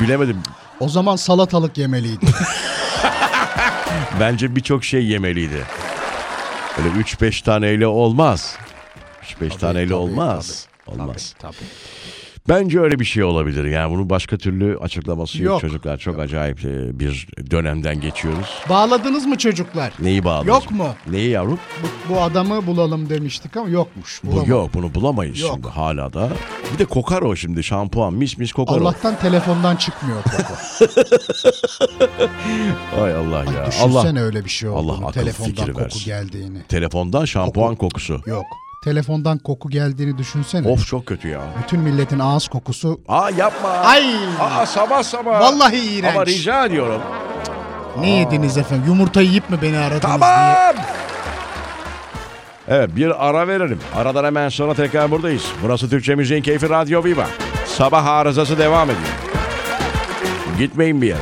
[SPEAKER 1] Bilemedim.
[SPEAKER 2] O zaman
[SPEAKER 1] (laughs)
[SPEAKER 2] salatalık yemeliydi.
[SPEAKER 1] Bence birçok şey yemeliydi. Öyle 3-5 taneyle olmaz. 3-5 taneyle
[SPEAKER 2] tabii,
[SPEAKER 1] olmaz. Olmaz.
[SPEAKER 2] Tabii.
[SPEAKER 1] Bence öyle bir şey olabilir. Yani bunun başka türlü açıklaması yok,
[SPEAKER 2] Yok.
[SPEAKER 1] çocuklar. Çok acayip e, bir dönemden geçiyoruz.
[SPEAKER 2] Bağladınız mı çocuklar?
[SPEAKER 1] Neyi bağladın?
[SPEAKER 2] Yok mu?
[SPEAKER 1] Neyi yavrum?
[SPEAKER 2] Bu, bu adamı bulalım demiştik ama yokmuş.
[SPEAKER 1] Bu
[SPEAKER 2] bulamadık.
[SPEAKER 1] yok bunu bulamayız
[SPEAKER 2] Yok.
[SPEAKER 1] şimdi hala da. Bir de kokar o şimdi şampuan mis mis kokar o.
[SPEAKER 2] Allah'tan telefondan çıkmıyor koku.
[SPEAKER 1] Ay Allah (laughs) ya. Allah
[SPEAKER 2] Düşünsene öyle bir şey
[SPEAKER 1] Allah
[SPEAKER 2] olduğunu.
[SPEAKER 1] akıl fikir
[SPEAKER 2] telefondan koku
[SPEAKER 1] versin.
[SPEAKER 2] geldiğini.
[SPEAKER 1] telefondan şampuan kokusu.
[SPEAKER 2] Yok. Telefondan koku geldiğini düşünsene.
[SPEAKER 1] Of çok kötü ya.
[SPEAKER 2] Bütün milletin ağız kokusu.
[SPEAKER 1] Aa yapma.
[SPEAKER 2] Ay!
[SPEAKER 1] Aa sabah sabah.
[SPEAKER 2] Vallahi iğrenç.
[SPEAKER 1] Ama rica ediyorum.
[SPEAKER 2] Ne yediniz efendim? Yumurta yiyip mi beni aradınız diye?
[SPEAKER 1] Tamam. Evet bir ara verelim. Aradan hemen sonra tekrar buradayız. Burası Türkçe Müziğin Keyfi Radyo Viva. Sabah arızası devam ediyor. Gitmeyin bir yere.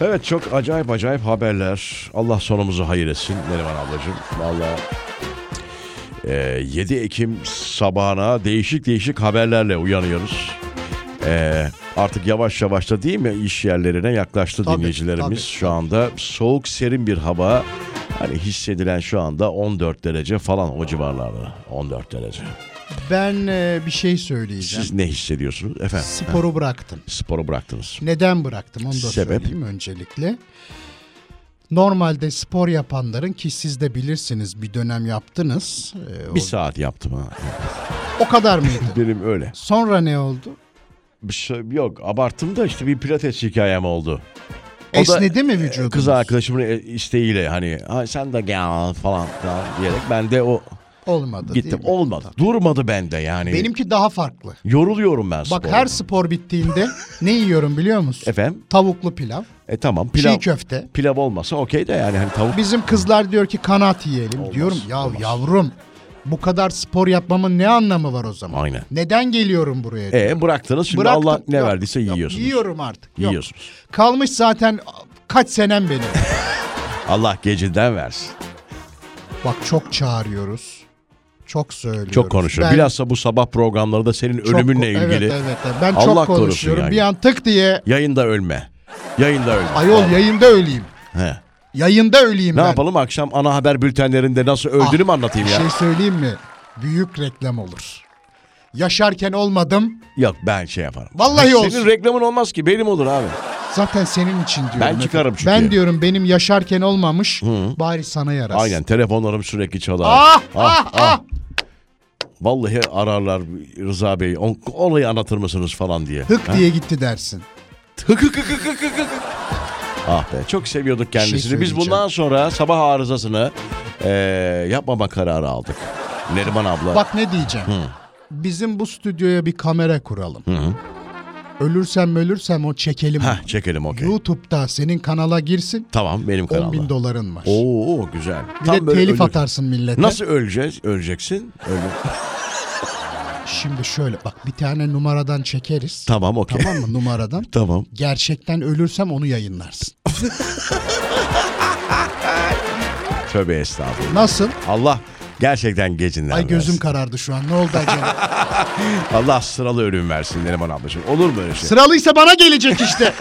[SPEAKER 1] Evet çok acayip acayip haberler. Allah sonumuzu hayır etsin Neriman ablacığım. Vallahi ee, 7 Ekim sabahına değişik değişik haberlerle uyanıyoruz. Ee, artık yavaş yavaş da değil mi iş yerlerine yaklaştı
[SPEAKER 2] Tabii,
[SPEAKER 1] dinleyicilerimiz.
[SPEAKER 2] tabii,
[SPEAKER 1] Şu anda soğuk serin bir hava. Hani hissedilen şu anda 14 derece falan o civarlarda. 14 derece.
[SPEAKER 2] Ben e, bir şey söyleyeceğim.
[SPEAKER 1] Siz ne hissediyorsunuz efendim?
[SPEAKER 2] Sporu bıraktım.
[SPEAKER 1] Sporu bıraktınız.
[SPEAKER 2] Neden bıraktım onu da
[SPEAKER 1] Sebep?
[SPEAKER 2] söyleyeyim öncelikle. Normalde spor yapanların ki siz de bilirsiniz bir dönem yaptınız. Ee, o,
[SPEAKER 1] Bir saat yaptım
[SPEAKER 2] (laughs)
[SPEAKER 1] ha.
[SPEAKER 2] o kadar mıydı?
[SPEAKER 1] Benim öyle.
[SPEAKER 2] Sonra ne oldu?
[SPEAKER 1] Bir şey yok abarttım da işte bir pilates hikayem oldu. da,
[SPEAKER 2] Esnedi mi vücudunuz?
[SPEAKER 1] Kız arkadaşımın e, isteğiyle hani "Ha, sen de gel falan filan diyerek ben de o
[SPEAKER 2] Olmadı değil
[SPEAKER 1] gittim
[SPEAKER 2] mi?
[SPEAKER 1] olmadı. Durmadı bende yani.
[SPEAKER 2] Benimki daha farklı.
[SPEAKER 1] yoruluyorum ben
[SPEAKER 2] Bak
[SPEAKER 1] sporda.
[SPEAKER 2] her spor bittiğinde
[SPEAKER 1] (laughs)
[SPEAKER 2] ne yiyorum biliyor musun?
[SPEAKER 1] efendim
[SPEAKER 2] Tavuklu pilav,
[SPEAKER 1] e tamam pilav
[SPEAKER 2] çiğ köfte.
[SPEAKER 1] pilav olmasa okey de yani hani tavuk
[SPEAKER 2] Bizim kızlar diyor ki kanat yiyelim.
[SPEAKER 1] Olmaz,
[SPEAKER 2] diyorum ya
[SPEAKER 1] olmaz.
[SPEAKER 2] yavrum bu kadar spor yapmamın ne anlamı var o zaman?
[SPEAKER 1] Aynen.
[SPEAKER 2] Neden geliyorum buraya? diyor.
[SPEAKER 1] e bıraktınız şimdi
[SPEAKER 2] Bıraktım.
[SPEAKER 1] Allah ne
[SPEAKER 2] Yok,
[SPEAKER 1] verdiyse
[SPEAKER 2] yok,
[SPEAKER 1] yiyorsunuz.
[SPEAKER 2] Yiyorum artık. Yok.
[SPEAKER 1] Yiyorsunuz.
[SPEAKER 2] Kalmış zaten kaç senem benim. (laughs)
[SPEAKER 1] Allah gecinden versin.
[SPEAKER 2] Bak çok çağırıyoruz. Çok söylüyoruz.
[SPEAKER 1] Çok konuşur.
[SPEAKER 2] Ben
[SPEAKER 1] Bilhassa bu sabah programlarında senin
[SPEAKER 2] çok-
[SPEAKER 1] ölümünle
[SPEAKER 2] evet,
[SPEAKER 1] ilgili
[SPEAKER 2] Evet, evet. Ben
[SPEAKER 1] Allah
[SPEAKER 2] çok
[SPEAKER 1] korusun
[SPEAKER 2] konuşuyorum.
[SPEAKER 1] yani.
[SPEAKER 2] Bir an tık diye
[SPEAKER 1] yayında ölme. Yayında ölme.
[SPEAKER 2] ayol yayında öleyim.
[SPEAKER 1] He.
[SPEAKER 2] Yayında öleyim
[SPEAKER 1] Ne
[SPEAKER 2] ben.
[SPEAKER 1] yapalım akşam ana haber bültenlerinde nasıl öldüğünü mü anlatayım
[SPEAKER 2] Bir
[SPEAKER 1] ya?
[SPEAKER 2] (laughs) şey söyleyeyim mi? Büyük reklam olur. Yaşarken olmadım.
[SPEAKER 1] Yok ben şey yaparım.
[SPEAKER 2] Vallahi
[SPEAKER 1] Senin
[SPEAKER 2] olsun.
[SPEAKER 1] reklamın olmaz ki benim olur abi.
[SPEAKER 2] Zaten senin için diyorum.
[SPEAKER 1] Ben çıkarım çünkü.
[SPEAKER 2] Ben diyorum benim yaşarken olmamış bari sana yarasın.
[SPEAKER 1] Aynen telefonlarım sürekli çalar.
[SPEAKER 2] Ah, ah, ah.
[SPEAKER 1] Vallahi ararlar Rıza Bey "On- olayı anlatır mısınız falan diye.
[SPEAKER 2] Hık diye gitti dersin.
[SPEAKER 1] Hık hık hık hık hık hık. hık. Ah be çok seviyorduk kendisini. Biz
[SPEAKER 2] şey söyleyeceğim.
[SPEAKER 1] bundan sonra sabah arızasını eee yapmama kararı aldık. Neriman abla.
[SPEAKER 2] Bak ne diyeceğim. Bizim bu stüdyoya bir kamera kuralım. Ölürsem ölürsem o çekelim.
[SPEAKER 1] Heh, çekelim okey.
[SPEAKER 2] YouTube'da senin kanala girsin.
[SPEAKER 1] Tamam benim
[SPEAKER 2] 10
[SPEAKER 1] kanalda.
[SPEAKER 2] bin doların var.
[SPEAKER 1] Oo güzel.
[SPEAKER 2] bir
[SPEAKER 1] Tam
[SPEAKER 2] de
[SPEAKER 1] böyle
[SPEAKER 2] telif
[SPEAKER 1] ölür-
[SPEAKER 2] atarsın millete.
[SPEAKER 1] Nasıl öleceğiz? Öleceksin. Öyle.
[SPEAKER 2] Şimdi şöyle bak bir tane numaradan çekeriz.
[SPEAKER 1] Tamam okey.
[SPEAKER 2] Tamam mı numaradan?
[SPEAKER 1] tamam.
[SPEAKER 2] Gerçekten ölürsem onu yayınlarsın.
[SPEAKER 1] Tövbe estağfurullah.
[SPEAKER 2] Nasıl?
[SPEAKER 1] Allah gerçekten gecinden
[SPEAKER 2] Ay
[SPEAKER 1] versin.
[SPEAKER 2] gözüm karardı şu an. Ne oldu
[SPEAKER 1] (laughs)
[SPEAKER 2] acaba?
[SPEAKER 1] Allah sıralı ölüm versin Neriman ablacığım. Olur mu öyle şey?
[SPEAKER 2] Sıralıysa bana gelecek işte.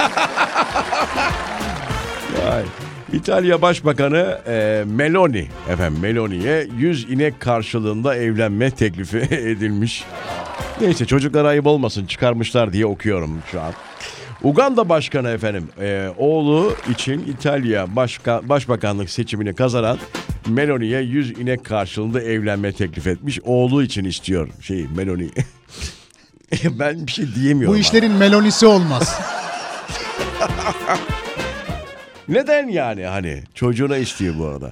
[SPEAKER 1] Ay. İtalya Başbakanı e, Meloni efendim Meloni'ye 100 inek karşılığında evlenme teklifi (laughs) edilmiş. Neyse çocuklara ayıp olmasın çıkarmışlar diye okuyorum şu an. Uganda Başkanı efendim e, oğlu için İtalya Başka, Başbakanlık seçimini kazanan Meloni'ye 100 inek karşılığında evlenme teklif etmiş. Oğlu için istiyor şey Meloni. (laughs) ben bir şey diyemiyorum.
[SPEAKER 2] Bu
[SPEAKER 1] abi.
[SPEAKER 2] işlerin melonisi olmaz.
[SPEAKER 1] Neden yani hani çocuğuna istiyor bu arada.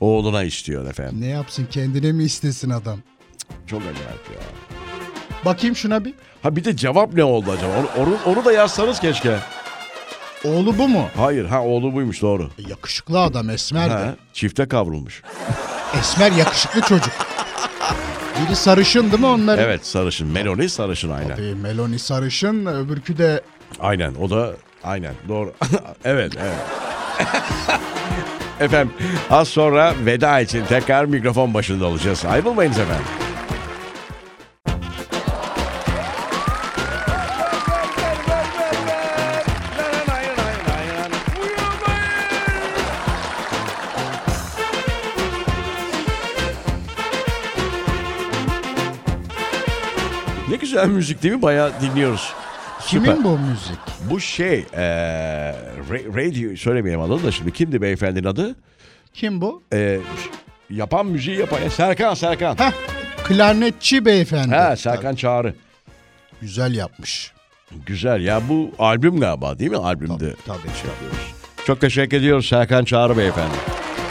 [SPEAKER 1] Oğluna istiyor efendim.
[SPEAKER 2] ne yapsın kendine mi istesin adam?
[SPEAKER 1] Çok acayip ya.
[SPEAKER 2] Bakayım şuna bir.
[SPEAKER 1] Ha bir de cevap ne oldu acaba? Onu, onu, onu da yazsanız keşke.
[SPEAKER 2] Oğlu bu mu? E,
[SPEAKER 1] Hayır ha oğlu buymuş doğru.
[SPEAKER 2] Yakışıklı adam Esmer de.
[SPEAKER 1] Ha, çifte kavrulmuş.
[SPEAKER 2] Esmer yakışıklı çocuk. Biri sarışın değil mi onların?
[SPEAKER 1] Evet sarışın. Meloni sarışın aynen.
[SPEAKER 2] Tabii Meloni sarışın, öbürkü de
[SPEAKER 1] Aynen o da aynen doğru. (laughs) evet evet. (laughs) efendim az sonra veda için tekrar mikrofon başında olacağız. Ayrılmayınız efendim. Ne güzel müzik değil mi? Bayağı dinliyoruz.
[SPEAKER 2] kimin
[SPEAKER 1] Süper.
[SPEAKER 2] bu müzik?
[SPEAKER 1] Bu şey eee ra- radio söylemeyeyim adını da şimdi kimdi beyefendinin adı?
[SPEAKER 2] Kim bu?
[SPEAKER 1] Eee, ş- yapan müziği yapan ya Serkan Serkan.
[SPEAKER 2] Heh, klarnetçi beyefendi.
[SPEAKER 1] Ha Serkan Çağrı.
[SPEAKER 2] Güzel yapmış.
[SPEAKER 1] Güzel ya bu albüm galiba değil mi albümde?
[SPEAKER 2] Tabii şey yapıyoruz.
[SPEAKER 1] Çok teşekkür ediyoruz Serkan Çağrı beyefendi.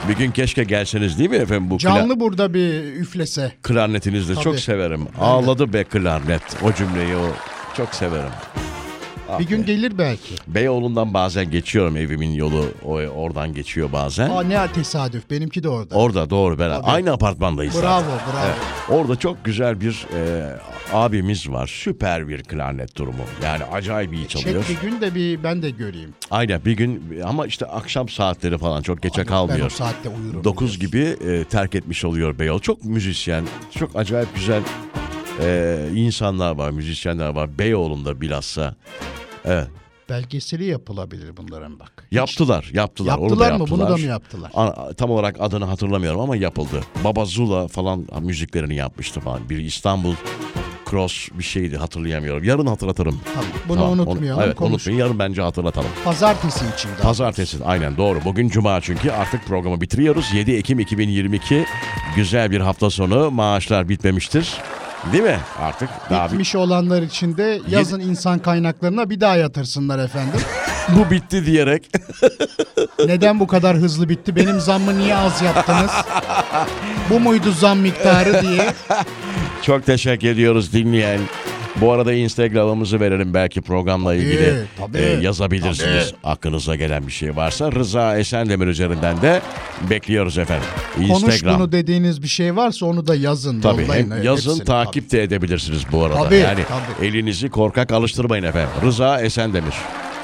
[SPEAKER 1] Bir gün keşke gelseniz değil mi efendim bu kla-
[SPEAKER 2] Canlı burada bir üflese.
[SPEAKER 1] klarnetinizle
[SPEAKER 2] Tabii.
[SPEAKER 1] çok severim. Ağladı be klarnet o cümleyi o çok severim.
[SPEAKER 2] Bir gün gelir belki.
[SPEAKER 1] Beyoğlu'ndan bazen geçiyorum evimin yolu o oradan geçiyor bazen.
[SPEAKER 2] Aa ne tesadüf benimki de orada.
[SPEAKER 1] Orada doğru beraber. Aynı apartmandayız
[SPEAKER 2] Bravo
[SPEAKER 1] zaten.
[SPEAKER 2] bravo.
[SPEAKER 1] Orada çok güzel bir e, abimiz var. Süper bir klarnet durumu. Yani acayip iyi çalıyor.
[SPEAKER 2] Çek bir gün de bir ben de göreyim.
[SPEAKER 1] Aynen bir gün ama işte akşam saatleri falan çok geçe
[SPEAKER 2] Ben o
[SPEAKER 1] kalmıyor.
[SPEAKER 2] saatte uyurum.
[SPEAKER 1] 9 gibi e, terk etmiş oluyor Beyoğlu. Çok müzisyen, çok acayip güzel e, insanlar var, müzisyenler var. Beyoğlu'nda bilhassa. Evet.
[SPEAKER 2] Belgeseli yapılabilir bunların bak.
[SPEAKER 1] Yaptılar, yaptılar. onu da
[SPEAKER 2] Yaptılar mı? Bunu da mı yaptılar?
[SPEAKER 1] Ana- Tam olarak adını hatırlamıyorum ama yapıldı. Baba Zula falan müziklerini yapmıştı falan. Bir İstanbul Cross bir şeydi hatırlayamıyorum. Yarın hatırlatırım.
[SPEAKER 2] Tamam. Bunu
[SPEAKER 1] Tamam, onu-
[SPEAKER 2] unutmayalım.
[SPEAKER 1] evet,
[SPEAKER 2] konuş.
[SPEAKER 1] unutmayın. Yarın bence hatırlatalım.
[SPEAKER 2] Pazartesi için daha.
[SPEAKER 1] Pazartesi aynen doğru. Bugün cuma çünkü artık programı bitiriyoruz. 7 Ekim 2022 güzel bir hafta sonu. Maaşlar bitmemiştir. Değil mi? Artık daha bir-
[SPEAKER 2] Bitmiş olanlar için de yazın insan kaynaklarına bir daha yatırsınlar
[SPEAKER 1] (laughs)
[SPEAKER 2] efendim.
[SPEAKER 1] bu bitti diyerek
[SPEAKER 2] Neden bu kadar hızlı bitti? Benim zammı niye az yaptınız? bu muydu zam miktarı diye.
[SPEAKER 1] Çok teşekkür ediyoruz dinleyen. Bu arada Instagram'ımızı verelim belki programla ilgili
[SPEAKER 2] tabii.
[SPEAKER 1] e, yazabilirsiniz. Aklınıza gelen bir şey varsa Rıza Esendemir üzerinden de bekliyoruz efendim.
[SPEAKER 2] Konuş
[SPEAKER 1] Instagram.
[SPEAKER 2] bunu dediğiniz bir şey varsa onu da yazın.
[SPEAKER 1] Tabii
[SPEAKER 2] yollayın,
[SPEAKER 1] hem
[SPEAKER 2] evet,
[SPEAKER 1] yazın
[SPEAKER 2] hepsini,
[SPEAKER 1] takip de edebilirsiniz bu arada.
[SPEAKER 2] Tabii,
[SPEAKER 1] yani
[SPEAKER 2] tabii.
[SPEAKER 1] elinizi korkak alıştırmayın efendim. Rıza Esendemir.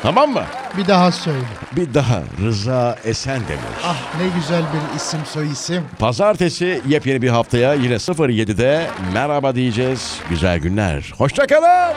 [SPEAKER 1] Tamam mı?
[SPEAKER 2] tabii. Bir daha söyle.
[SPEAKER 1] Bir daha Rıza Esendemir.
[SPEAKER 2] Ah ne güzel bir isim soy isim.
[SPEAKER 1] Pazartesi yepyeni bir haftaya yine 07'de merhaba diyeceğiz. Güzel günler. Hoşçakalın.